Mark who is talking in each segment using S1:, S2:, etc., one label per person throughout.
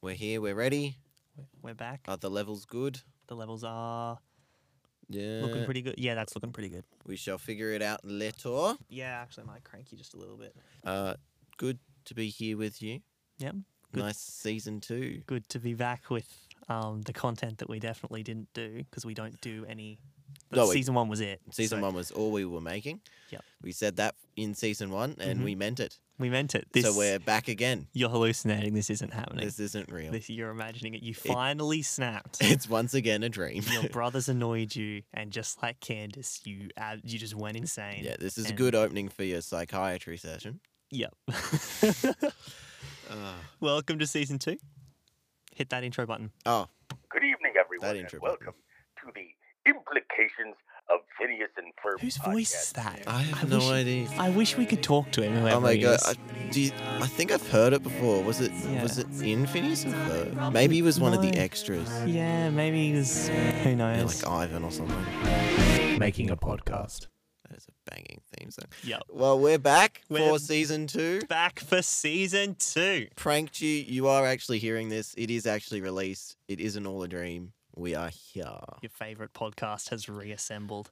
S1: We're here. We're ready.
S2: We're back.
S1: Are the levels good?
S2: The levels are
S1: Yeah.
S2: looking pretty good. Yeah, that's looking pretty good.
S1: We shall figure it out later.
S2: Yeah, actually, I might crank you just a little bit.
S1: Uh, good to be here with you.
S2: Yep. Good.
S1: Nice season two.
S2: Good to be back with um, the content that we definitely didn't do because we don't do any. But
S1: No, we-
S2: season one was it.
S1: Season
S2: so
S1: one was all we were making.
S2: Yep.
S1: We said that in season one, and
S2: Mhm.
S1: we meant it.
S2: We meant it. This,
S1: So we're back again.
S2: You're hallucinating. This isn't happening.
S1: This isn't real.
S2: This- you're imagining it. You finally snapped.
S1: It's once again a dream.
S2: Your brothers annoyed you, and just like Candace, you ab- you just went insane.
S1: yeah, this is a
S2: and-
S1: good opening for your psychiatry session.
S2: Yep.
S1: Uh,
S2: Welcome to season two. Hit that intro button.
S1: oh,
S3: Good evening, everyone, and
S1: intro button.
S3: welcome to the implications of Phineas and Ferb.
S2: Whose
S3: podcast.
S2: voice is that?
S1: I have no
S2: wish,
S1: idea.
S2: I wish we could talk to him. Whoever
S1: Oh my
S2: he
S1: god!
S2: is.
S1: I, do you- I think I've heard it before. Was it was it in Phineas and Ferb? Maybe he was one of the
S2: No.
S1: extras,
S2: Yeah, maybe he was. Who
S1: you know,
S2: knows?
S1: like Ivan or something.
S4: making a podcast.
S1: That is a banging theme song.
S2: Yep.
S1: Well, we're back
S2: We're-
S1: for season two.
S2: Back for season two.
S1: Pranked you. You are actually hearing this. It is actually released. It isn't all a dream. We are here.
S2: Your favorite podcast has reassembled.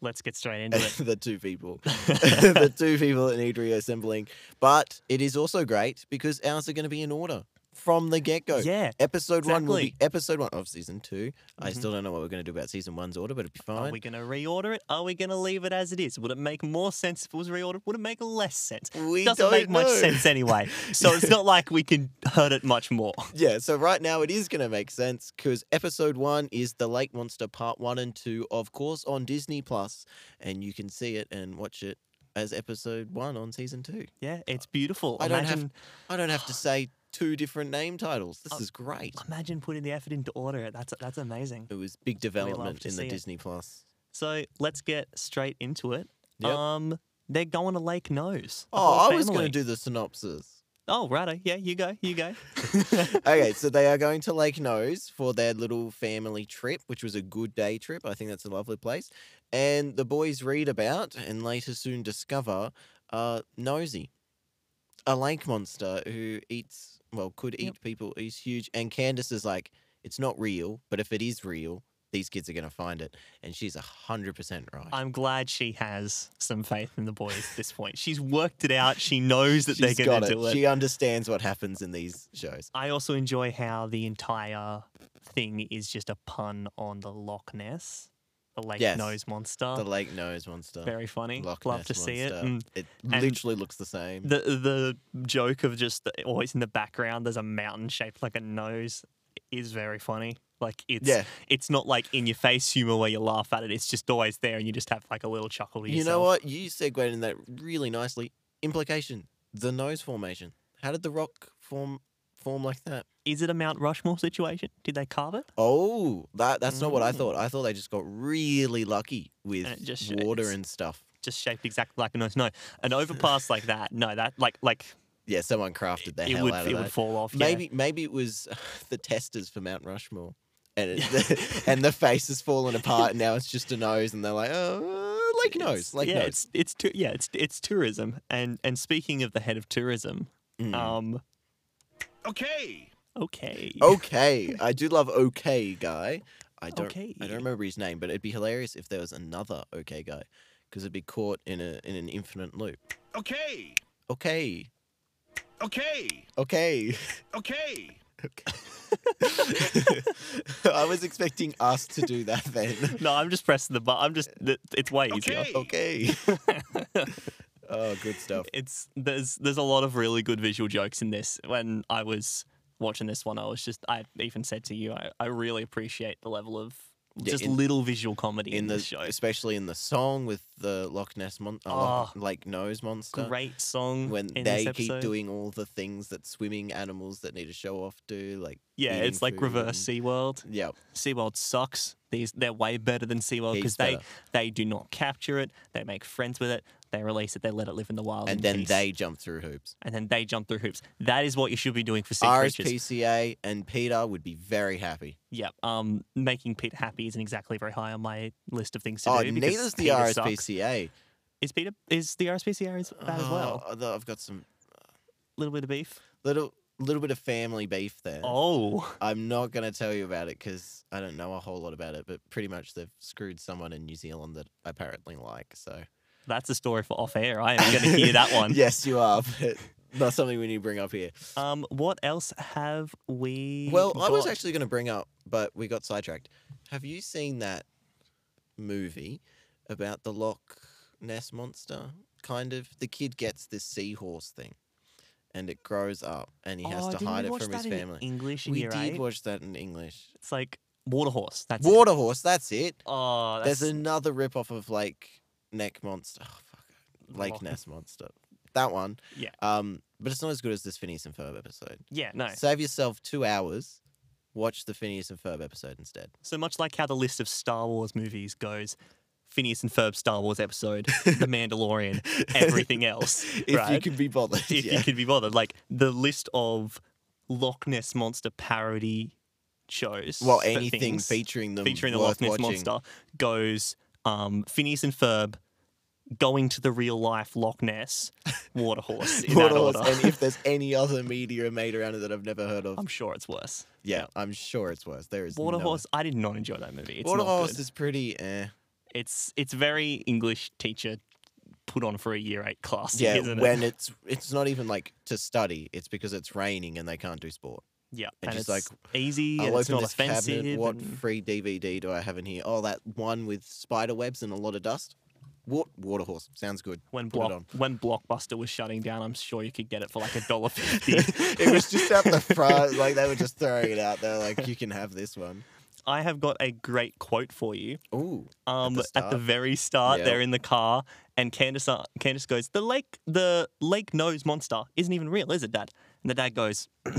S2: Let's get straight into it.
S1: the two people, the two people that need reassembling. But it is also great because ours are going to be in order from the get go.
S2: yeah,
S1: Episode one will be
S2: Exactly.
S1: episode one of season 2 I still don't know what we're going to do about season one's order, but it'd be
S2: are
S1: fine.
S2: Oh, we going to reorder it? Are we going to leave it as it is? Would it make more sense if it was reordered? Would it make less sense?
S1: We
S2: doesn't
S1: don't
S2: make much
S1: know.
S2: sense anyway. So it's not like we can hurt it much more.
S1: Yeah, so right now it is going to make sense because episode one is The Lake Monster Part One and Two, of course, on Disney Plus, and you can see it and watch it as episode one on season two.
S2: Yeah, it's beautiful.
S1: I don't have-
S2: Imagine-
S1: I don't have to say two different name titles.
S2: Oh,
S1: This is great.
S2: Imagine putting the effort into order it. That's that's amazing.
S1: It was big development
S2: to
S1: in the
S2: see it.
S1: Disney Plus.
S2: So let's get straight into it.
S1: Yep.
S2: Um, they're going to Lake Nose. the
S1: Oh,
S2: whole
S1: I was going to
S2: family.
S1: do the synopsis.
S2: Oh, righto. Yeah, you go. You go.
S1: okay, so they are going to Lake Nose for their little family trip, which was a good day trip. I think that's a lovely place. And the boys read about and later soon discover uh, Nosy, a lake monster who eats, well, could eat
S2: Yep.
S1: people. He's huge. And Candace is like, it's not real, but if it is real, these kids are going to find it. And she's 100% right.
S2: I'm glad she has some faith in the boys at this point. She's worked it out. She knows that
S1: She's
S2: they're going
S1: got
S2: to do it.
S1: She understands what happens in these shows.
S2: I also enjoy how the entire thing is just a pun on the Loch Ness, the Lake
S1: Yes.
S2: Nose monster.
S1: The Lake Nose monster.
S2: Very funny.
S1: Loch
S2: Love
S1: Ness
S2: to see it.
S1: monster.
S2: Mm.
S1: It
S2: And-
S1: literally looks the same.
S2: the the joke of just the- always in the background there's a mountain shaped like a nose is very funny like it's
S1: Yeah.
S2: it's not like in your face humor where you laugh at it it's just always there and you just have like a little chuckle to
S1: You
S2: yourself
S1: know what? You segued in that really nicely. Implication: the nose formation. How did the rock form form like that?
S2: is it a mount rushmore situation did they carve it
S1: Oh, that that's not what I
S2: Mm.
S1: thought. I thought they just got really lucky with
S2: it just
S1: water
S2: shakes.
S1: and stuff.
S2: just shaped exactly like a nose no an overpass like that no that like like
S1: Yeah, someone crafted the
S2: it
S1: hell
S2: would
S1: out
S2: it
S1: of
S2: would
S1: that.
S2: fall off yeah.
S1: Maybe maybe it was the testers for Mount Rushmore. And, it, and the face has fallen apart, and now it's just a nose, and they're like, oh, like
S2: It's-
S1: nose, like
S2: yeah,
S1: nose.
S2: it's it's tou- yeah, it's it's tourism. And and speaking of the head of tourism,
S1: Mm.
S2: um,
S4: Okay.
S2: okay,
S1: okay, I do love okay guy. I Oh, don't.
S2: Okay.
S1: I don't remember his name, but it'd be hilarious if there was another okay guy, because it'd be caught in a in an infinite loop.
S4: Okay.
S1: Okay,
S4: Okay.
S1: okay.
S4: Okay.
S1: I was expecting us to do that then.
S2: No, I'm just pressing the button. I'm just. th- It's way easier.
S4: Okay.
S1: Okay. oh, good stuff.
S2: It's there's there's a lot of really good visual jokes in this. When I was watching this one, I was just I even said to you, I, I really appreciate the level of
S1: Yeah,
S2: just
S1: in-
S2: little visual comedy in,
S1: In the
S2: this show.
S1: especially in the song with the Loch Ness mon- uh, Loch- Lake Nose monster.
S2: Ah, Great song
S1: uh, When
S2: in this
S1: they keep
S2: episode.
S1: doing all the things that swimming animals that need to show off do, like
S2: Yeah,
S1: eating
S2: it's like
S1: food
S2: reverse
S1: and-
S2: SeaWorld.
S1: Yeah,
S2: SeaWorld sucks. These they're way better than SeaWorld
S1: Heaps
S2: because they
S1: better.
S2: they do not capture it. They make friends with it. They release it. They let it live in the wild.
S1: and
S2: in
S1: then
S2: peace,
S1: they jump through hoops.
S2: and then they jump through hoops. That is what you should be doing for sea creatures.
S1: RSPCA and Peter would be very happy.
S2: Yeah, um, making Pete happy isn't exactly very high on my list of things to
S1: Oh,
S2: do. because
S1: neither's the
S2: Peter sucks.
S1: RSPCA.
S2: Is Peter is the RSPCA as bad as well?
S1: Uh-huh. Oh, although I've got some
S2: A little bit of beef.
S1: little. little bit of family beef there.
S2: Oh,
S1: I'm not going to tell you about it because I don't know a whole lot about it, but pretty much they've screwed someone in New Zealand that I apparently like. So
S2: that's a story for off air. I am going to hear that one.
S1: yes, you are, but not something we need to bring up here.
S2: Um, what else have we?
S1: Well, I was
S2: got?
S1: actually going to bring up, but we got sidetracked. Have you seen that movie about the Loch Ness monster? Kind of, the kid gets this seahorse thing, and it grows up, and he has
S2: Oh,
S1: to
S2: didn't we
S1: hide it
S2: watch
S1: from
S2: that
S1: his
S2: in
S1: family.
S2: English,
S1: We
S2: here,
S1: did
S2: right?
S1: watch that in English.
S2: It's like water horse. That's it.
S1: Water horse, that's it.
S2: Oh, that's
S1: There's another rip off of Lake Neck Monster. Oh, fuck. Lake
S2: Loch-
S1: Ness Monster. That one.
S2: Yeah.
S1: Um, but it's not as good as this Phineas and Ferb episode.
S2: yeah, no.
S1: Save yourself two hours. Watch the Phineas and Ferb episode instead.
S2: So much like how the list of Star Wars movies goes, Phineas and Ferb Star Wars episode, The Mandalorian, everything else.
S1: if you
S2: right?
S1: can be bothered.
S2: if
S1: yeah.
S2: you could be bothered, like the list of Loch Ness monster parody shows.
S1: well,
S2: for
S1: anything
S2: things
S1: featuring them
S2: featuring the
S1: worth
S2: Loch Ness
S1: watching.
S2: monster goes um, Phineas and Ferb going to the real life Loch Ness water horse. In
S1: Water
S2: that
S1: horse,
S2: order.
S1: and if there's any other media made around it that I've never heard of,
S2: I'm sure it's worse.
S1: yeah, I'm sure it's worse. There is
S2: Water
S1: no-
S2: horse. I did not enjoy that movie. It's
S1: Water
S2: not
S1: horse
S2: good.
S1: is pretty. Eh.
S2: it's it's very English teacher put on for a year eight class.
S1: Yeah,
S2: isn't
S1: when
S2: it?
S1: it's it's not even like to study. It's because it's raining and they can't do sport.
S2: yeah,
S1: and
S2: and
S1: she's
S2: it's
S1: like,
S2: like easy
S1: I'll
S2: and it's
S1: open
S2: not
S1: this
S2: offensive.
S1: cabinet. What
S2: and-
S1: free DVD do I have in here? Oh, that one with spider webs and a lot of dust. What water horse sounds good. Put
S2: when
S1: it
S2: block
S1: on.
S2: when Blockbuster was shutting down, I'm sure you could get it for like a dollar fifty.
S1: it was just out the front, like they were just throwing it out there. Like you can have this one.
S2: I have got a great quote for you.
S1: Ooh,
S2: Um, at the,
S1: start.
S2: very start,
S1: Yeah.
S2: they're in the car, and Candace uh, Candace goes, "The lake, the lake knows monster isn't even real, is it, Dad?" And the dad goes,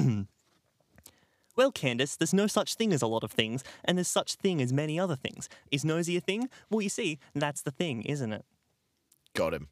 S2: "Well, Candace, there's no such thing as a lot of things, and there's such thing as many other things. Is nosy a thing? Well, you see, that's the thing, isn't it?
S1: got him.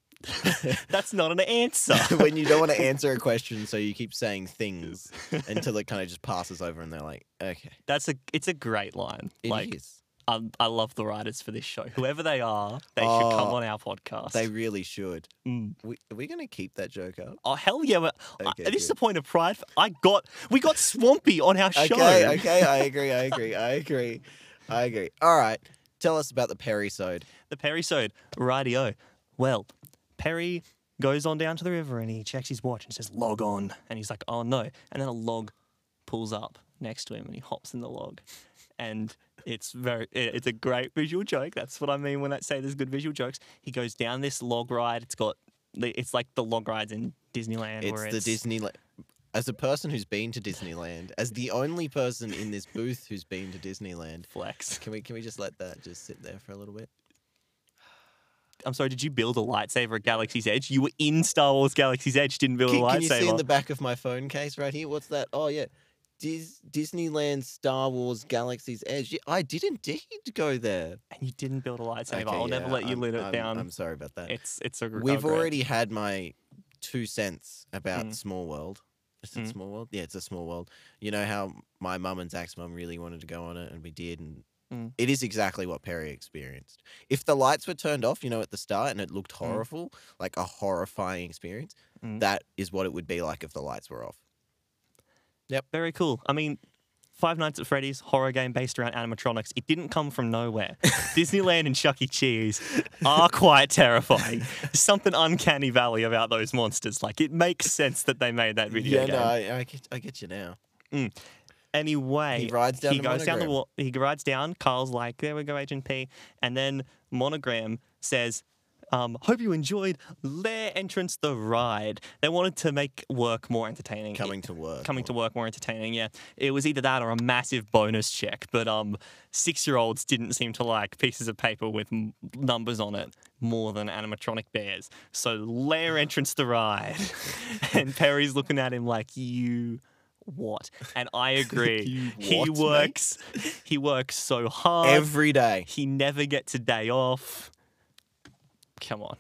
S2: That's not an answer."
S1: when you don't want to answer a question, so you keep saying things until it kind of just passes over, and they're like, okay,
S2: that's a it's a great line.
S1: it is.
S2: like I, I love the writers for this show. Whoever they are, they should come
S1: Oh,
S2: on our podcast.
S1: They really should.
S2: Mm.
S1: We, are we gonna keep that joke up?
S2: Oh hell yeah! but I-
S1: Okay,
S2: this is
S1: good.
S2: the point of pride. I got we got Swampy on our show.
S1: Okay, okay, I agree, I agree, I agree, I agree. All right, tell us about the perisode.
S2: The Perry sewed. Rightio. Well, Perry goes on down to the river and he checks his watch and says log on, and he's like oh no, and then a log pulls up next to him and he hops in the log, and it's very it- it's a great visual joke. That's what I mean when I say there's good visual jokes. He goes down this log ride. It's got it's like the log rides in Disneyland.
S1: It's
S2: where
S1: the Disneyland. As a person who's been to Disneyland, as the only person in this booth who's been to Disneyland,
S2: flex.
S1: can we can we just let that just sit there for a little bit?
S2: I'm sorry, did you build a lightsaber at Galaxy's Edge? You were in Star Wars Galaxy's Edge, didn't build
S1: Can,
S2: a lightsaber.
S1: can you see in the back of my phone case right here? What's that? Oh yeah, Dis- Disneyland Star Wars Galaxy's Edge. Yeah, I did indeed go there.
S2: and you didn't build a lightsaber.
S1: Okay,
S2: I'll never
S1: yeah,
S2: let you
S1: I'm-
S2: let it
S1: I'm-
S2: down.
S1: I'm sorry about that.
S2: it's it's a
S1: We've
S2: regret.
S1: already had my two cents about
S2: oh, Mm.
S1: Small World. Is it
S2: Mm.
S1: Small World? Yeah, it's a Small World. You know how my mum and Zach's mum really wanted to go on it, and we did, and
S2: Mm.
S1: it is exactly what Perry experienced. If the lights were turned off, you know, at the start, and it looked horrible, like a horrifying experience,
S2: Mm.
S1: that is what it would be like if the lights were off.
S2: very cool. I mean, Five Nights at Freddy's horror game based around animatronics. It didn't come from nowhere. Disneyland and Chuck E. Cheese are quite terrifying. There's something uncanny valley about those monsters. Like it makes sense that they made that video
S1: yeah,
S2: game.
S1: no, I, I, get, I get you now.
S2: Anyway,
S1: He rides down
S2: He
S1: the
S2: goes down the
S1: monogram.
S2: wall. He rides down. Carl's like, "There we go, Agent P." And then Monogram says, um, "Hope you enjoyed Lair Entrance the ride. They wanted to make work more entertaining.
S1: Coming to work.
S2: coming to work more entertaining. Yeah, it was either that or a massive bonus check. But um, six-year-olds didn't seem to like pieces of paper with m- numbers on it more than animatronic bears. So lair entrance the ride, and Perry's looking at him like you. What? And I agree.
S1: You
S2: he
S1: what, mate?
S2: works. He works so hard.
S1: every day.
S2: he never gets a day off. Come on.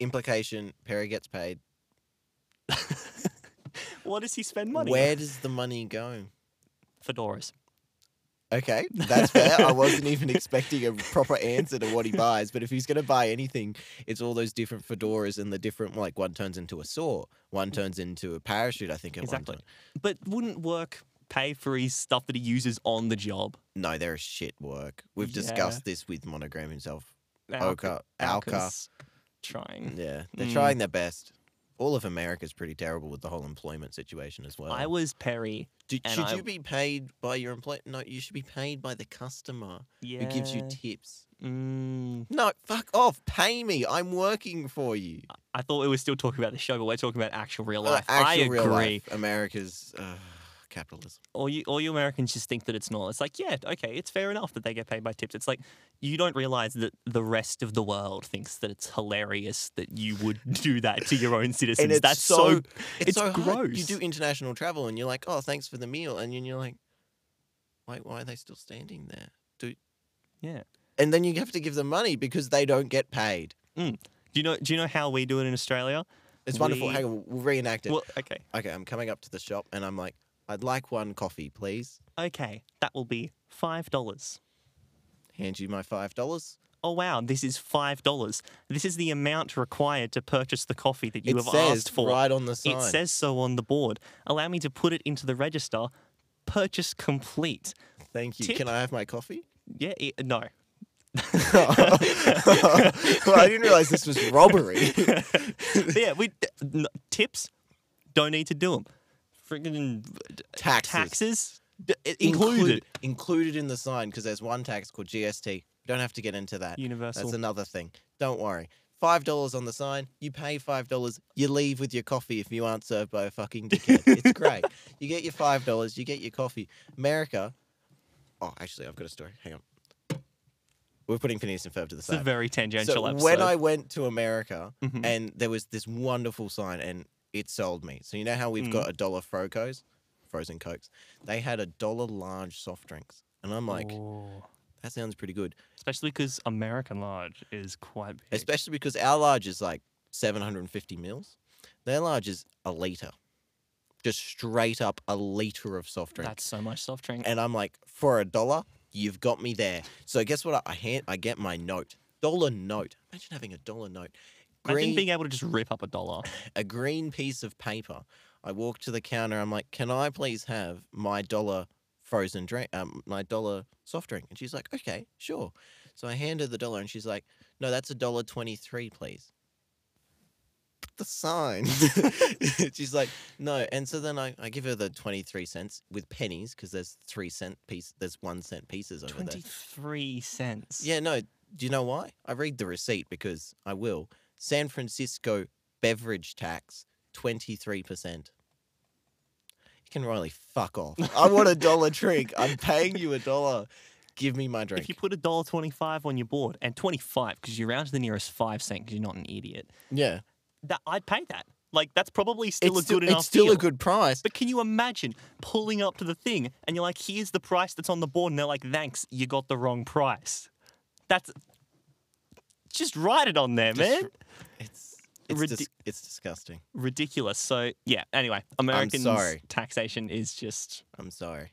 S1: Implication: Perry gets paid.
S2: What does he spend money on?
S1: Where does the money go?
S2: Fedoras.
S1: Okay, that's fair. I wasn't even expecting a proper answer to what he buys, but if he's going to buy anything, it's all those different fedoras and the different like one turns into a saw, one turns into a parachute. I think at
S2: Exactly.
S1: one time.
S2: But wouldn't work pay for his stuff that he uses on the job?
S1: No, they're a shit work. We've
S2: Yeah.
S1: discussed this with Monogram himself.
S2: Al-
S1: Alka, Alka.
S2: Alka's Trying.
S1: Yeah, they're
S2: Mm.
S1: trying their best. All of America's pretty terrible with the whole employment situation as well.
S2: I was Perry.
S1: Do-
S2: and
S1: should
S2: I-
S1: you be paid by your employer? No, you should be paid by the customer
S2: Yeah.
S1: who gives you tips.
S2: mm,
S1: No, fuck off. Pay me. I'm working for you.
S2: I thought we were still talking about the show, but we're talking about actual real
S1: Uh,
S2: life. I
S1: actual
S2: agree.
S1: real life, America's uh, capitalism.
S2: all you all you Americans just think that it's not. It's like, yeah, okay, it's fair enough that they get paid by tips. It's like you don't realize that the rest of the world thinks that it's hilarious that you would do that to your own citizens.
S1: it's
S2: That's
S1: so-
S2: so,
S1: It's,
S2: it's
S1: so hard. You
S2: gross.
S1: do international travel and you're like, oh, thanks for the meal. And then you're like, wait, why are they still standing there? Do-
S2: yeah.
S1: and then you have to give them money because they don't get paid.
S2: Do you know do you know how we do it in Australia?
S1: It's wonderful.
S2: We-
S1: Hang on, we'll reenact it.
S2: Well, okay.
S1: okay, I'm coming up to the shop and I'm like, I'd like one coffee, please.
S2: Okay, that will be five dollars.
S1: Hand you my five dollars.
S2: Oh wow, this is five dollars. This is the amount required to purchase the coffee that you
S1: it
S2: have
S1: says
S2: asked for.
S1: right on the sign.
S2: It says so on the board. Allow me to put it into the register. Purchase complete.
S1: Thank you.
S2: tip.
S1: Can I have my coffee?
S2: Yeah, i no.
S1: well, I didn't realize this was robbery.
S2: But yeah, we n- tips don't need to do them. Friggin'
S1: Taxes.
S2: taxes d- i-
S1: Include-
S2: included.
S1: included in the sign because there's one tax called GST. We don't have to get into that.
S2: Universal.
S1: That's another thing. Don't worry. Five dollars on the sign. You pay five dollars. You leave with your coffee if you aren't served by a fucking dickhead. it's great. You get your five dollars. You get your coffee. America. Oh, actually, I've got a story. Hang on. We're putting Phineas and Ferb to the
S2: it's a
S1: side.
S2: very tangential
S1: so
S2: episode.
S1: when I went to America,
S2: Mhm.
S1: and there was this wonderful sign, and it sold me. So you know how we've
S2: Mm.
S1: got a dollar Frocos, frozen cokes. They had a dollar large soft drinks, and I'm like,
S2: Ooh.
S1: that sounds pretty good,
S2: especially because American large is quite big.
S1: especially because our large is like 750 mils. Their large is a liter, just straight up a liter of soft drink.
S2: That's so much soft drink.
S1: and I'm like, for a dollar, you've got me there. So guess what? I I, hand, I get my note, dollar note. Imagine having a dollar note.
S2: Imagine being able to just rip up a dollar.
S1: a green piece of paper. I walk to the counter. I'm like, "Can I please have my dollar frozen drink, um, my dollar soft drink?" And she's like, "Okay, sure." So I hand her the dollar, and she's like, "No, that's a dollar twenty-three, please." But The sign. she's like, "No," and so then I, I give her the twenty-three cents with pennies because there's three cent piece, there's one cent pieces over there.
S2: Twenty-three cents.
S1: Yeah, no. Do you know why? I read the receipt because I will. San Francisco beverage tax, 23%. You can really fuck off. I want a dollar drink. I'm paying you a dollar. Give me my drink.
S2: If you put a dollar twenty-five on your board and twenty-five because you round to the nearest five cent because you're not an idiot,
S1: yeah.
S2: that I'd pay that. Like that's probably still
S1: it's
S2: a good
S1: still,
S2: enough.
S1: it's still
S2: deal.
S1: a good price.
S2: But can you imagine pulling up to the thing and you're like, here's the price that's on the board, and they're like, thanks, you got the wrong price. That's just write it on there, man.
S1: It's it's,
S2: Ridi-
S1: dis- it's disgusting.
S2: Ridiculous. So yeah. Anyway, Americans
S1: sorry.
S2: taxation is just
S1: I'm sorry.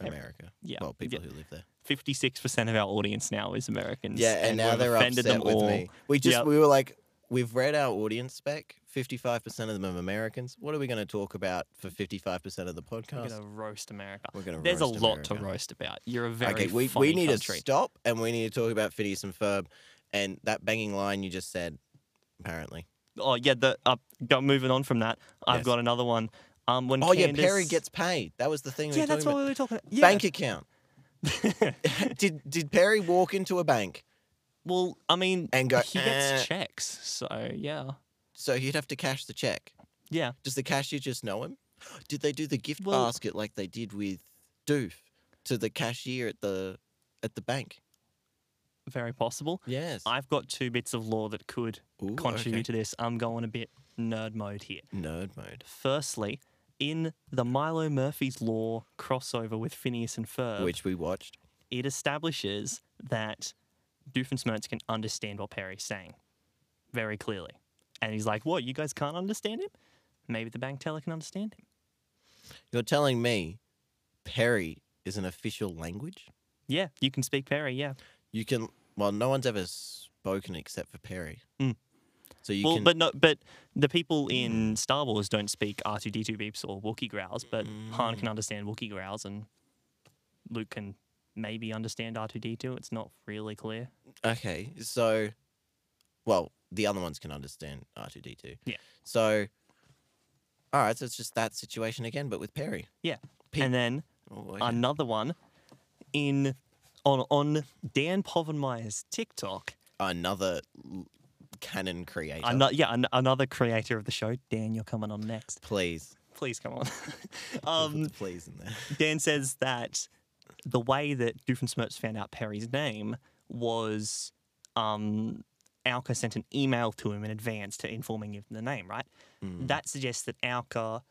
S2: Every-
S1: America.
S2: yeah.
S1: Well, people who live there.
S2: Fifty-six percent of our audience now is Americans.
S1: Yeah, and, now
S2: we've
S1: they're
S2: offended
S1: upset
S2: them
S1: with
S2: all.
S1: me. We just
S2: Yep.
S1: we were like, we've read our audience spec. Fifty-five percent of them are Americans. What are we going to talk about for fifty-five percent of the
S2: We're
S1: podcast?
S2: gonna roast America.
S1: We're gonna
S2: There's a
S1: roast
S2: lot to
S1: America.
S2: roast about. You're a very
S1: Okay, we
S2: funny
S1: we need
S2: country.
S1: to stop and we need to talk about Phineas and Ferb, and that banging line you just said. Apparently,
S2: Oh yeah, the uh, go, moving on from that, I've
S1: Yes.
S2: got another one. Um, when
S1: oh yeah, Perry
S2: Candace-
S1: gets paid. That was the thing. we
S2: yeah,
S1: were
S2: that's
S1: talking
S2: what
S1: about.
S2: we were talking about. Yeah.
S1: Bank account. did did Perry walk into a bank?
S2: Well, I mean,
S1: And go,
S2: he gets
S1: "Eh."
S2: checks, so yeah,
S1: So he'd have to cash the check.
S2: yeah.
S1: Does the cashier just know him? Did they do the gift
S2: Well-
S1: basket like they did with Doof to the cashier at the at the bank?
S2: Very possible.
S1: Yes.
S2: I've got two bits of law that could
S1: Ooh,
S2: contribute
S1: okay.
S2: to this. I'm going a bit nerd mode here.
S1: Nerd mode.
S2: Firstly, in the Milo Murphy's Law crossover with Phineas and Ferb,
S1: Which we watched.
S2: it establishes that Doofenshmirtz can understand what Perry's saying very clearly. And he's like, what, you guys can't understand him? Maybe the bank teller can understand him.
S1: You're telling me Perry is an official language.
S2: Yeah, you can speak Perry. Yeah.
S1: You can, well, no one's ever spoken except for Perry.
S2: Mm.
S1: So you
S2: well,
S1: can.
S2: but no, but the people in Star Wars don't speak R two D two beeps or Wookiee growls, but Han
S1: Mm.
S2: can understand Wookiee growls, and Luke can maybe understand R two D two. It's not really clear.
S1: Okay, so, well, the other ones can understand R two D two.
S2: Yeah.
S1: So, all right, so it's just that situation again, but with Perry.
S2: Yeah,
S1: Pe-
S2: and then
S1: Oh, okay.
S2: another one in on on Dan Povenmire's TikTok.
S1: another l- canon creator.
S2: Ano- yeah, an- another creator of the show. Dan, you're coming on next.
S1: Please,
S2: Please come on.
S1: I'll put
S2: um,
S1: the please in there.
S2: Dan says that the way that Doofenshmirtz found out Perry's name was um, Alka sent an email to him in advance to informing him the name, right?
S1: Hmm.
S2: That suggests that Alka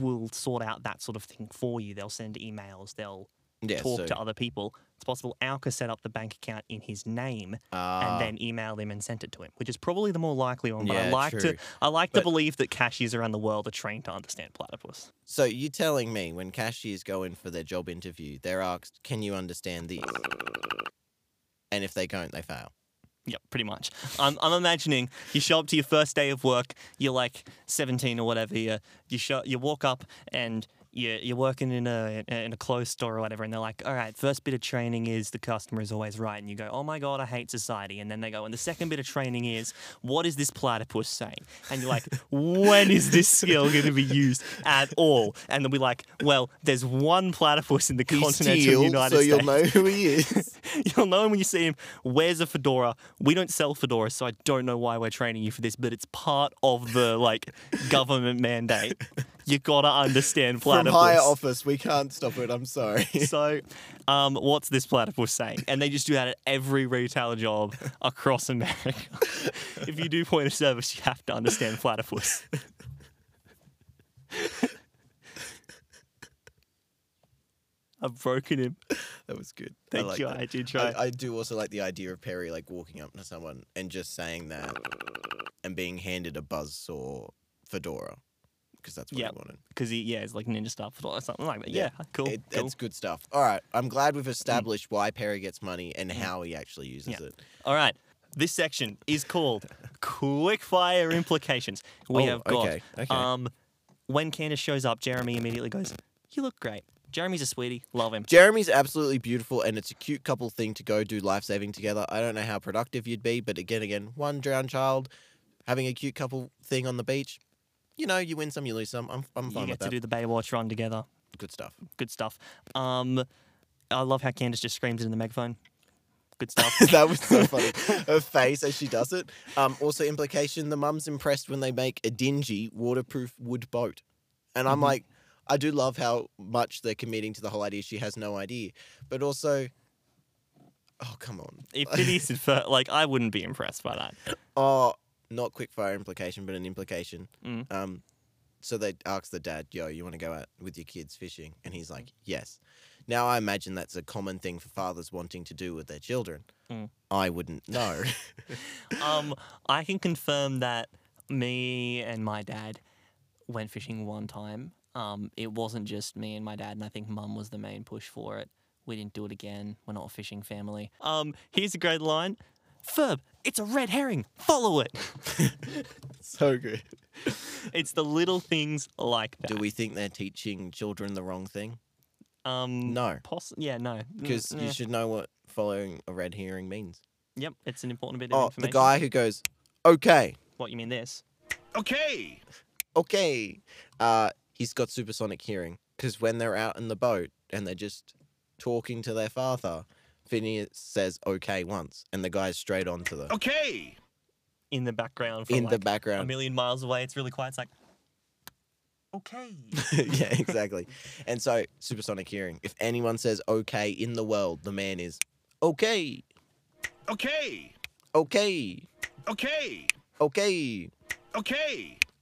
S2: will sort out that sort of thing for you. They'll send emails, they'll
S1: Yeah,
S2: talk
S1: so,
S2: to other people. It's possible Alka set up the bank account in his name
S1: ah,
S2: and then emailed him and sent it to him, which is probably the more likely one. But I
S1: Yeah,
S2: like to
S1: true.
S2: I like to
S1: But-
S2: believe that cashiers around the world are trained to understand platypus.
S1: so you telling me when cashiers go in for their job interview, they're asked, "Can you understand this?" And if they don't, they fail.
S2: Yep, pretty much. I'm, I'm imagining you show up to your first day of work. You're like 17 or whatever. You you show you walk up and you you're working in a in a clothes store or whatever, and they're like, "All right, first bit of training is the customer is always right," and you go, "Oh my god, I hate society." And then they go, "And the second bit of training is what is this platypus saying?" And you're like, "When is this skill going to be used at all?" And they'll be like, "Well, there's one platypus in the continental United
S1: so
S2: States."
S1: you'll know who he is.
S2: You'll know him when you see him. Wears a fedora. We don't sell fedoras, so I don't know why we're training you for this, but it's part of the like government mandate. You gotta understand
S1: From
S2: platypus.
S1: higher office, we can't stop it. I'm sorry.
S2: So, um, what's this platypus saying? And they just do that at every retail job across America. if you do point of service, you have to understand platypus. I've broken him.
S1: That was good.
S2: Thank
S1: I like
S2: you.
S1: That.
S2: I did try.
S1: I, I do also like the idea of Perry like walking up to someone and just saying that and being handed a buzzsaw fedora because that's what
S2: Yep.
S1: he wanted.
S2: because he yeah, it's like ninja stuff or something like that. Yeah, cool,
S1: It,
S2: cool.
S1: It's good stuff. All right. I'm glad we've established why Perry gets money and how he actually uses
S2: Mm-hmm. Yeah.
S1: it.
S2: All right, this section is called quick fire implications. We
S1: Oh,
S2: have got
S1: okay, okay.
S2: um when Candace shows up, Jeremy immediately goes, "You look great." Jeremy's a sweetie, love him.
S1: Jeremy's absolutely beautiful, and it's a cute couple thing to go do life saving together. I don't know how productive you'd be, but again, again, one drowned child having a cute couple thing on the beach. You know, you win some, you lose some. I'm, I'm
S2: You
S1: fine
S2: get
S1: with
S2: to
S1: that.
S2: do the Baywatch run together.
S1: Good stuff.
S2: Good stuff. Um, I love how Candace just screams into the megaphone. Good stuff.
S1: that was so funny. Her face as she does it. Um, also, implication the mum's impressed when they make a dingy, waterproof wood boat. And
S2: Mm-hmm.
S1: I'm like, I do love how much they're committing to the whole idea. She has no idea. But also, oh, come on.
S2: if it is infer- like I wouldn't be impressed by that.
S1: Oh, not quickfire implication, but an implication.
S2: Mm.
S1: Um, so they ask the dad, "Yo, you want to go out with your kids fishing?" And he's like, "Yes." Now I imagine that's a common thing for fathers wanting to do with their children.
S2: Mm.
S1: I wouldn't know.
S2: um, I can confirm that me and my dad went fishing one time. Um, it wasn't just me and my dad, and I think mum was the main push for it. We didn't do it again. We're not a fishing family. Um, here's a great line. Ferb, it's a red herring. Follow it.
S1: so good.
S2: it's the little things like that.
S1: Do we think they're teaching children the wrong thing?
S2: Um,
S1: No.
S2: Poss- yeah, no. Mm,
S1: Because
S2: yeah.
S1: you should know what following a red hearing means.
S2: Yep, it's an important bit of
S1: Oh, the
S2: information.
S1: guy who goes, okay,
S2: What you mean this?
S4: Okay.
S1: okay. Uh, he's got supersonic hearing. Because when they're out in the boat and they're just talking to their father, Phineas says okay once, and the guy's straight on to them
S4: Okay.
S2: In the background. For
S1: in the
S2: like A
S1: background.
S2: million miles away. It's really quiet. It's like, okay.
S1: yeah, exactly. and so, supersonic hearing. If anyone says okay in the world, the man is okay,
S4: Okay.
S1: okay,
S4: Okay.
S1: okay.
S4: Okay.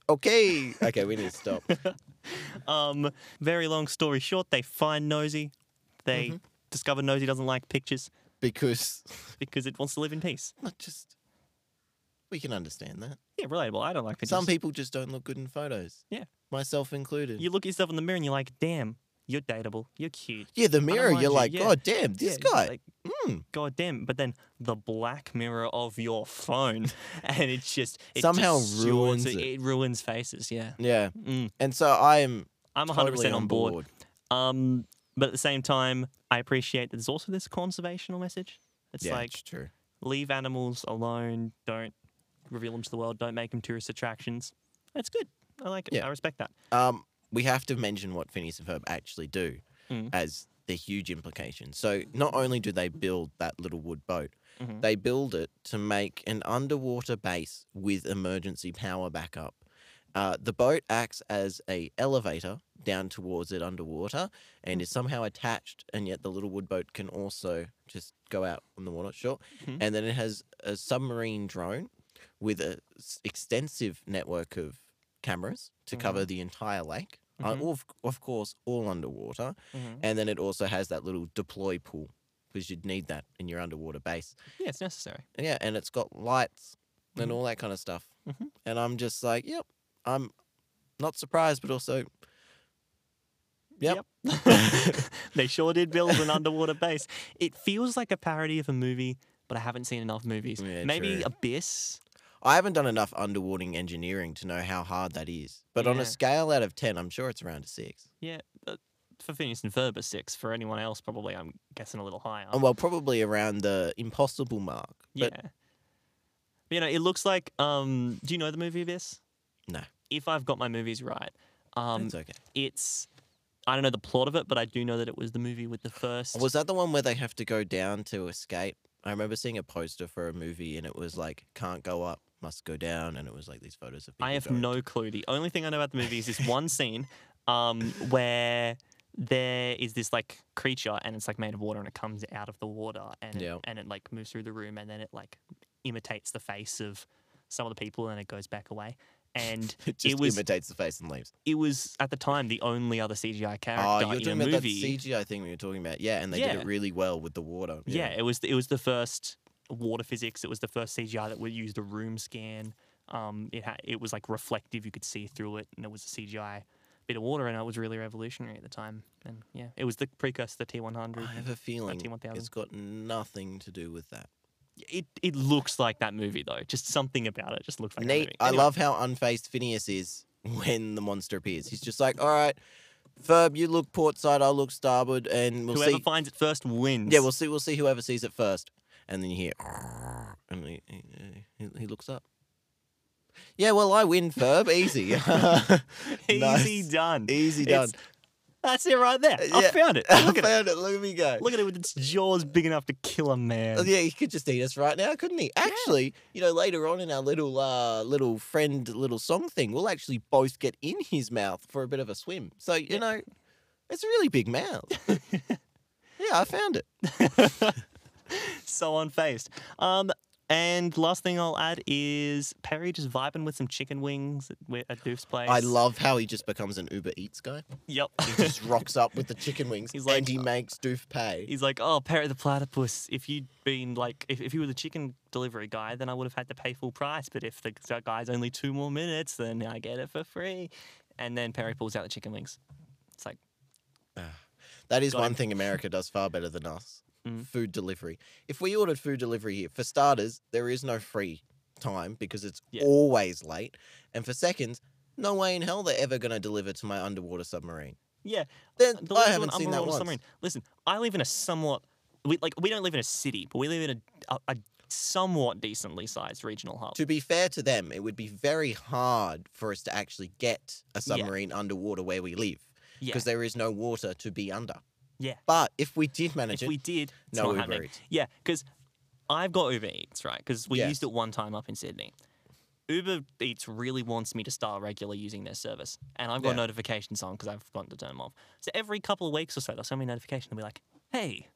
S1: Okay. Okay, we need to stop.
S2: Um, very long story short, they find Nosy. They discover Nosy doesn't like pictures
S1: because
S2: because it wants to live in peace.
S1: not just we can understand that.
S2: Yeah, relatable. I don't like pictures.
S1: Some people just don't look good in photos.
S2: Yeah.
S1: Myself included.
S2: You look at yourself in the mirror and you're like, damn, You're dateable. You're cute.
S1: Yeah, the
S2: don't
S1: mirror,
S2: mind
S1: you're
S2: you,
S1: like,
S2: yeah.
S1: God damn, this
S2: Yeah,
S1: guy.
S2: like,
S1: mm."
S2: God damn. But then the black mirror of your phone, and it's just it
S1: Somehow
S2: distorts
S1: ruins
S2: it.
S1: it.
S2: It ruins faces. Yeah.
S1: Yeah.
S2: Mm.
S1: And so I am
S2: I'm 100
S1: totally
S2: percent
S1: on board.
S2: Um, but at the same time, I appreciate that there's also this conservational message. It's
S1: yeah,
S2: like
S1: it's true.
S2: leave animals alone. Don't reveal them to the world. Don't make them tourist attractions. That's good. I like it.
S1: Yeah.
S2: I respect that.
S1: Um, we have to mention what Phineas and Ferb actually do
S2: Mm.
S1: as the huge implication. So not only do they build that little wood boat,
S2: Mhm.
S1: they build it to make an underwater base with emergency power backup. Uh, the boat acts as a elevator down towards it underwater and is somehow attached, and yet the little wood boat can also just go out on the water, sure.
S2: Mhm.
S1: And then it has a submarine drone with an extensive network of cameras to cover the entire lake. Uh,
S2: Mhm.
S1: all of, of course, all underwater.
S2: Mhm.
S1: And then it also has that little deploy pool because you'd need that in your underwater base.
S2: Yeah, it's necessary.
S1: And yeah, and it's got lights and
S2: Mm-hmm.
S1: all that kind of stuff.
S2: Mhm.
S1: And I'm just like, yep, I'm not surprised, but also, yep.
S2: Yep. they sure did build an underwater base. It feels like a parody of a movie, but I haven't seen enough movies.
S1: Yeah,
S2: Maybe
S1: true.
S2: Abyss.
S1: I haven't done enough underwater engineering to know how hard that is. But on
S2: Yeah.
S1: a scale out of 10, I'm sure it's around a six.
S2: Yeah, uh, for Phineas and Ferb, a six. For anyone else, probably I'm guessing a little higher.
S1: Oh, well, probably around the impossible mark.
S2: yeah.
S1: But
S2: You know, it looks like. Um, do you know the movie Abyss?
S1: No.
S2: If I've got my movies right, um,
S1: it's okay.
S2: it's. I don't know the plot of it, but I do know that it was the movie with the first.
S1: Was that the one where they have to go down to escape? I remember seeing a poster for a movie and it was like, can't go up, must go down. And it was like these photos of people.
S2: I have
S1: going.
S2: no clue. The only thing I know about the movie is this one scene um, where there is this like creature and it's like made of water and it comes out of the water and
S1: Yeah.
S2: it, and it like moves through the room and then it like imitates the face of some of the people and it goes back away. And
S1: It just
S2: was-
S1: imitates the face and leaves.
S2: it was at the time the only other CGI character
S1: Oh, you're
S2: in a
S1: talking
S2: movie.
S1: about that CGI thing we were talking about. Yeah, and they did
S2: Yeah.
S1: it really well with the water.
S2: Yeah, it was it was the first water physics. It was the first CGI that we used a room scan. Um, it ha- it was like reflective; you could see through it, and it was a CGI bit of water, and it was really revolutionary at the time. And yeah, it was the precursor to the T one
S1: I
S2: hundred.
S1: have a feeling
S2: T1000.
S1: it's got nothing to do with that.
S2: It it looks like that movie though. Just something about it just looks like that
S1: Neat.
S2: movie.
S1: I
S2: Anyway,
S1: love how unfaced Phineas is when the monster appears. He's just like, all right, Ferb, you look port side, I'll look starboard, and we'll
S2: whoever
S1: see.
S2: finds it first wins.
S1: yeah, we'll see. We'll see whoever sees it first, and then you hear, "Arrgh," and he, he, he- he looks up. Yeah, well, I win, Ferb. Easy,
S2: easy
S1: Nice.
S2: done.
S1: easy done.
S2: It's- That's it right there. I
S1: Yeah.
S2: found it.
S1: I
S2: Look at it.
S1: found it. Look at me go.
S2: Look at it with its jaws big enough to kill a man.
S1: Oh, yeah, he could just eat us right now, couldn't he? Actually, you know, later on in our little uh, little friend little song thing, we'll actually both get in his mouth for a bit of a swim. So you know, it's a really big mouth. yeah, I found it.
S2: so unfazed. Um, and last thing I'll add is Perry just vibing with some chicken wings at, wi- at Doof's place.
S1: I love how he just becomes an Uber Eats guy.
S2: Yep.
S1: He just rocks up with the chicken wings,
S2: He's
S1: He's
S2: like,
S1: and he makes Doof pay.
S2: He's like, oh, Perry the platypus. If you'd been like, if, if you were the chicken delivery guy, then I would have had to pay full price. But if the g- guy's only two more minutes, then I get it for free. And then Perry pulls out the chicken wings. It's like,
S1: That is
S2: got
S1: one
S2: him.
S1: thing America does far better than us:
S2: Mm.
S1: food delivery. If we ordered food delivery here, for starters, there is no free time because it's
S2: Yeah.
S1: always late, and for seconds, no way in hell they're ever going to deliver to my underwater submarine.
S2: yeah,
S1: Then
S2: The
S1: I
S2: Lizard
S1: haven't
S2: one,
S1: seen
S2: Umbrella
S1: that
S2: Water
S1: once.
S2: Submarine. Listen, I live in a somewhat we like we don't live in a city, but we live in a, a, a somewhat decently sized regional hub.
S1: To be fair to them, it would be very hard for us to actually get a submarine underwater where we live
S2: yeah,
S1: because there is no water to be under.
S2: Yeah.
S1: But if we did manage
S2: if
S1: it,
S2: we did, it's
S1: no
S2: not
S1: Uber
S2: happening.
S1: Eats.
S2: Yeah, because I've got Uber Eats right because we
S1: Yes.
S2: used it one time up in Sydney. Uber Eats really wants me to start regularly using their service, and I've got
S1: Yeah.
S2: notifications on because I've forgotten to turn them off. So every couple of weeks or so, they'll send me a notification. They'll be like, "Hey,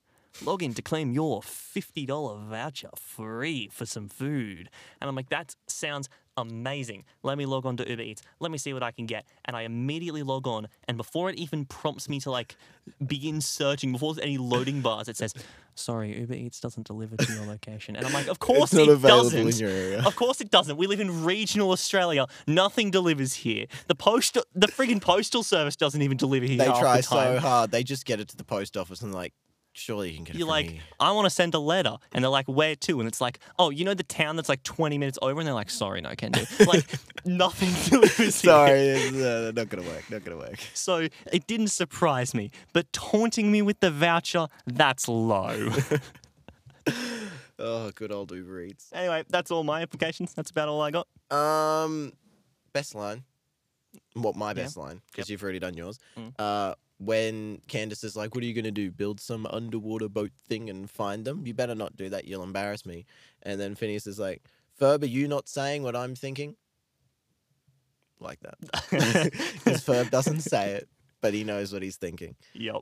S2: log in to claim your $50 voucher free for some food. And I'm like, that sounds amazing. Let me log on to Uber Eats. Let me see what I can get. And I immediately log on. And before it even prompts me to like begin searching, before there's any loading bars, it says, sorry, Uber Eats doesn't deliver to your location. And I'm like, of course
S1: not
S2: it
S1: available in
S2: doesn't.
S1: your area.
S2: Of course it doesn't. We live in regional Australia. Nothing delivers here. The postal, the friggin' postal service doesn't even deliver here.
S1: They
S2: half
S1: try
S2: the time.
S1: so hard. They just get it to the post office and like, surely you can get it.
S2: You're
S1: from
S2: like,
S1: here.
S2: I want to send a letter. And they're like, where to? And it's like, oh, you know the town that's like 20 minutes over? And they're like, sorry, no, can do. Like, nothing delivers
S1: sorry,
S2: here.
S1: it's, uh, not gonna work. Not gonna work.
S2: So it didn't surprise me. But taunting me with the voucher, that's low.
S1: Oh, good old Uber Eats.
S2: anyway, that's all my applications. That's about all I got.
S1: Um, best line. What my best line?
S2: Yep.
S1: Because you've already done yours.
S2: Mm.
S1: Uh, when Candace is like, "What are you gonna do? Build some underwater boat thing and find them? You better not do that. You'll embarrass me." And then Phineas is like, "Ferb, are you not saying what I'm thinking?" Like that. Because Ferb doesn't say it, but he knows what he's thinking.
S2: Yep.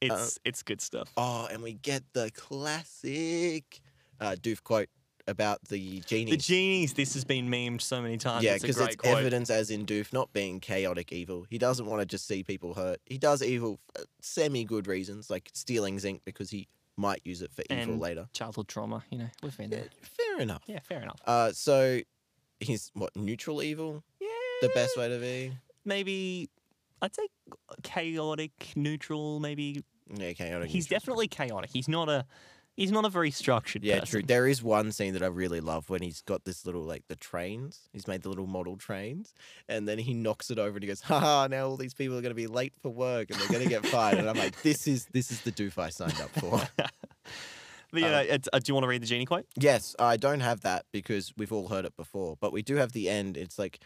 S2: It's, it's good stuff.
S1: Oh, and we get the classic uh, doof quote about the genie.
S2: The genies, this has been memed so many times.
S1: yeah,
S2: it's, a
S1: because
S2: great
S1: it's
S2: quote.
S1: evidence as in doof not being chaotic evil. He doesn't want to just see people hurt. He does evil for semi good reasons, like stealing zinc because he might use it for evil
S2: And-
S1: later.
S2: Childhood trauma, you know, we've been
S1: Yeah,
S2: there.
S1: fair enough.
S2: Yeah, fair enough.
S1: Uh, so he's what neutral evil?
S2: Yeah.
S1: The best
S2: Eh.
S1: way to be?
S2: maybe I'd say chaotic, neutral. Maybe
S1: Yeah, chaotic.
S2: he's
S1: neutral.
S2: definitely chaotic. He's not a he's not a very structured.
S1: Yeah,
S2: person.
S1: true. There is one scene that I really love when he's got this little like the trains. He's made the little model trains, and then he knocks it over and he goes, "Ha ha! Now all these people are going to be late for work and they're going to get fired." And I'm like, "This is this is the doof I signed up for."
S2: But you
S1: uh,
S2: know, it's, uh, do you want to read the genie quote?
S1: yes, I don't have that because we've all heard it before, but we do have the end. It's like,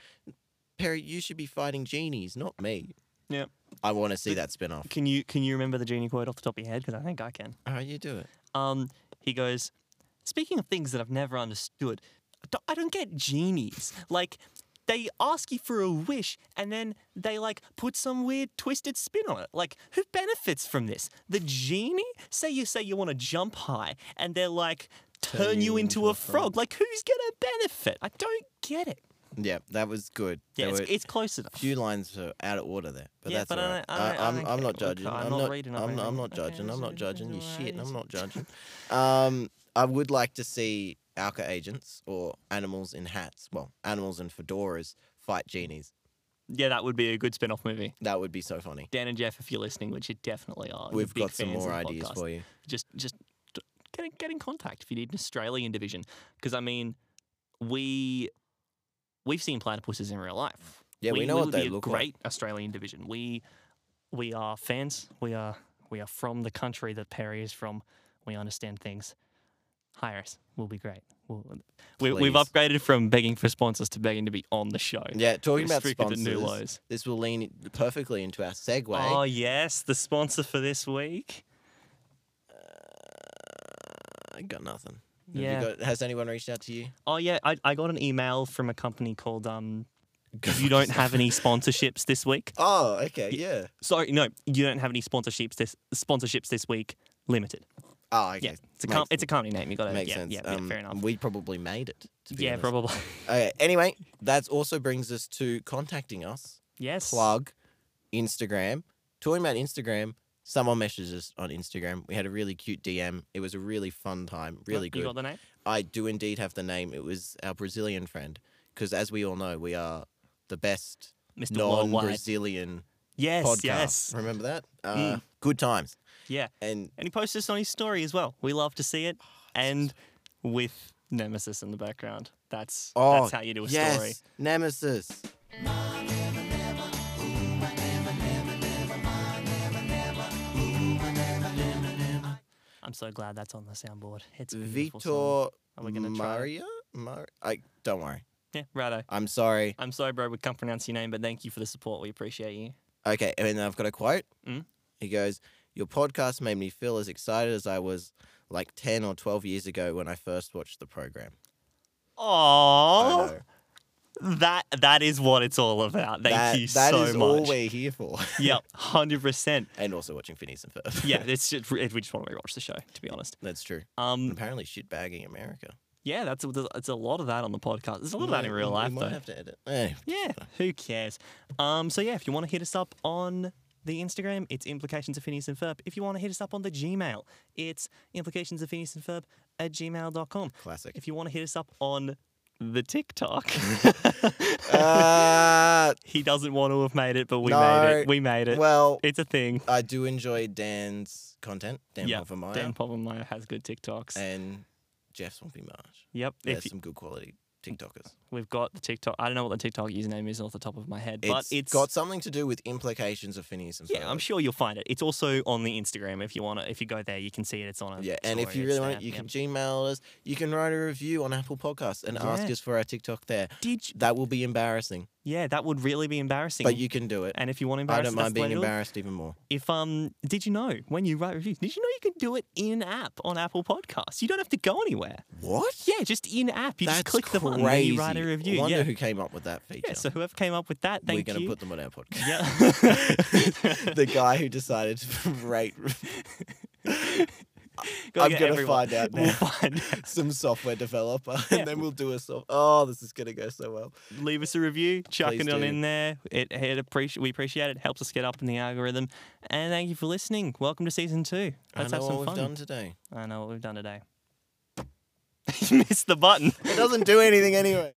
S1: Perry, you should be fighting genies, not me.
S2: Yep.
S1: I want to see that spin off.
S2: Can you can you remember the genie quote off the top of your head? Because I think I can.
S1: Oh, you do it.
S2: Um, he goes, speaking of things that I've never understood, I don't- I don't get genies. Like, they ask you for a wish and then they like put some weird twisted spin on it. Like, who benefits from this? The genie? Say you say you want to jump high and they're like, turn, you into, a frog. Like, who's gonna benefit? I don't get it.
S1: Yeah, that was good.
S2: Yeah,
S1: There
S2: it's,
S1: were-
S2: it's close enough.
S1: few lines are out of order there, but
S2: Yeah,
S1: that's
S2: but I
S1: alright.
S2: don't- I don't- I
S1: I'm,
S2: don't
S1: I'm
S2: care.
S1: not judging.
S2: Look, I'm
S1: I'm
S2: not
S1: not
S2: reading up
S1: I'm, not- I'm
S2: anything.
S1: not
S2: Okay,
S1: judging.
S2: it's-
S1: I'm not
S2: it's
S1: judging. You
S2: alright,
S1: shit.
S2: it's-
S1: I'm not judging. Um, I would like to see alka agents or animals in hats. Well, animals in fedoras fight genies.
S2: yeah, that would be a good spin off movie.
S1: That would be so funny.
S2: Dan and Jeff, if you're listening, which you definitely are. you're
S1: We've
S2: big
S1: got some
S2: fans
S1: more
S2: of the
S1: ideas
S2: podcast.
S1: for you.
S2: just just d- get in, get in contact if you need an Australian division. Because I mean, we we've seen platypuses in real life.
S1: Yeah, we know what
S2: would
S1: they
S2: be a
S1: look like.
S2: great Australian division. We we are fans. We are we are from the country that Perry is from. We understand things. Hire us. We'll be great. We'll, we, we've
S1: Please.
S2: upgraded from begging for sponsors to begging to be on the show.
S1: Yeah, talking about
S2: Restricted to new
S1: sponsors.
S2: lows.
S1: This will lean perfectly into our segue.
S2: Oh yes, the sponsor for this week.
S1: I got nothing. Have you
S2: Yeah.
S1: got- has anyone reached out to you?
S2: Oh yeah, I, I got an email from a company called um. You don't have any sponsorships this week.
S1: Oh, okay, yeah.
S2: Sorry, no, you don't have any sponsorships this sponsorships this week. Limited.
S1: Oh, okay.
S2: Yeah, it's a
S1: Makes-
S2: com- it's a company name. You got to
S1: Makes
S2: yeah,
S1: sense.
S2: Yeah, yeah,
S1: Um,
S2: fair enough.
S1: We probably made it. To be
S2: Yeah,
S1: honest.
S2: probably.
S1: Okay. Anyway, that also brings us to contacting us.
S2: yes.
S1: Plug Instagram. Talking about Instagram, someone messaged us on Instagram. We had a really cute DM. It was a really fun time.
S2: Yep,
S1: Really
S2: You
S1: good.
S2: got the name.
S1: I do indeed have the name. It was our Brazilian friend because, as we all know, we are the best
S2: Mr. Worldwide.
S1: non-Brazilian
S2: Yes.
S1: podcast.
S2: Yes. Mm.
S1: Remember that? Uh, Good times.
S2: Yeah.
S1: And
S2: And he posts this on his story as well. We love to see
S1: Oh,
S2: it. And with Nemesis in the background. That's
S1: oh,
S2: that's how you do a
S1: yes,
S2: story.
S1: Nemesis.
S2: I'm so glad that's on the soundboard. It's a beautiful song.
S1: Vitor
S2: Are we gonna try it?
S1: Maria? Mar- I don't worry.
S2: Yeah. Righto.
S1: I'm sorry.
S2: I'm sorry, bro. We can't pronounce your name, but thank you for the support. We appreciate you.
S1: Okay, and then I've got a quote.
S2: Mm.
S1: He goes, "Your podcast made me feel as excited as I was like 10 or 12 years ago when I first watched the program." I
S2: Oh.
S1: know.
S2: That that is what it's all about. Thank
S1: that
S2: you
S1: that
S2: so
S1: is
S2: much.
S1: all we're here for.
S2: Yep, hundred percent.
S1: and also watching Phineas and Ferb.
S2: Yeah, it's just, we just want to rewatch the show, to be honest.
S1: That's true. And
S2: Um,
S1: apparently shitbagging America.
S2: yeah, that's it's a lot of that on the podcast. There's a lot of that in
S1: We-
S2: real
S1: we
S2: life,
S1: might
S2: though.
S1: have to edit. Eh,
S2: Yeah, who cares? Um, so yeah, if you want to hit us up on the Instagram, it's implications of Phineas and Ferb. If you want to hit us up on the Gmail, it's implications of Phineas and Ferb at gmail.com.
S1: classic.
S2: If you want to hit us up on the TikTok,
S1: Uh,
S2: he doesn't want to have made it, but we made
S1: No,
S2: it. We made it.
S1: well,
S2: it's a thing.
S1: I do enjoy Dan's content, Dan
S2: Yeah,
S1: Hoffmeyer,
S2: Dan Poppenmeyer has good TikToks.
S1: and Jeff Swampy Marsh.
S2: yep.
S1: There's
S2: if
S1: some good quality TikTokers.
S2: We've got the TikTok. I don't know what the TikTok username is off the top of my head, but
S1: it's got something to do with implications of Phineas and
S2: Yeah, I'm
S1: Ferb.
S2: sure you'll find it. It's also on the Instagram if you want to. If you go there, you can see it. It's on. A
S1: Yeah, and if you
S2: story,
S1: really
S2: it's
S1: want
S2: there,
S1: it, you
S2: yeah.
S1: can Gmail us. You can write a review on Apple Podcasts and ask
S2: Yeah.
S1: us for our TikTok there.
S2: Did you,
S1: That will be embarrassing,
S2: yeah, that would really be embarrassing.
S1: but you can do it.
S2: and if you want to embarrass,
S1: I don't
S2: it, that's
S1: mind being
S2: legal.
S1: embarrassed even more.
S2: If um, did you know when you write reviews? Did you know you can do it in app on Apple Podcasts? You don't have to go anywhere.
S1: What?
S2: Yeah, just in app. You
S1: That's
S2: just click
S1: crazy.
S2: the button and you write a review.
S1: wonder
S2: yeah.
S1: who came up with that feature.
S2: yeah. So whoever came up with that,
S1: We're
S2: thank
S1: going to
S2: you.
S1: put them on our podcast.
S2: yeah.
S1: the guy who decided to rate
S2: Go
S1: I'm
S2: get
S1: gonna
S2: everyone.
S1: find out
S2: We'll
S1: now.
S2: find out.
S1: some software developer,
S2: Yeah.
S1: and then we'll do a soft. Oh, this is going to go so well.
S2: leave us a review, chuck
S1: Please
S2: it on
S1: do.
S2: in there. It, it appreci- we appreciate it. Helps us get up in the algorithm. And thank you for listening. Welcome to season two. Let's
S1: I
S2: have
S1: know
S2: some
S1: what
S2: fun.
S1: we've done today.
S2: I know what we've done today. you missed the button.
S1: It doesn't do anything anyway.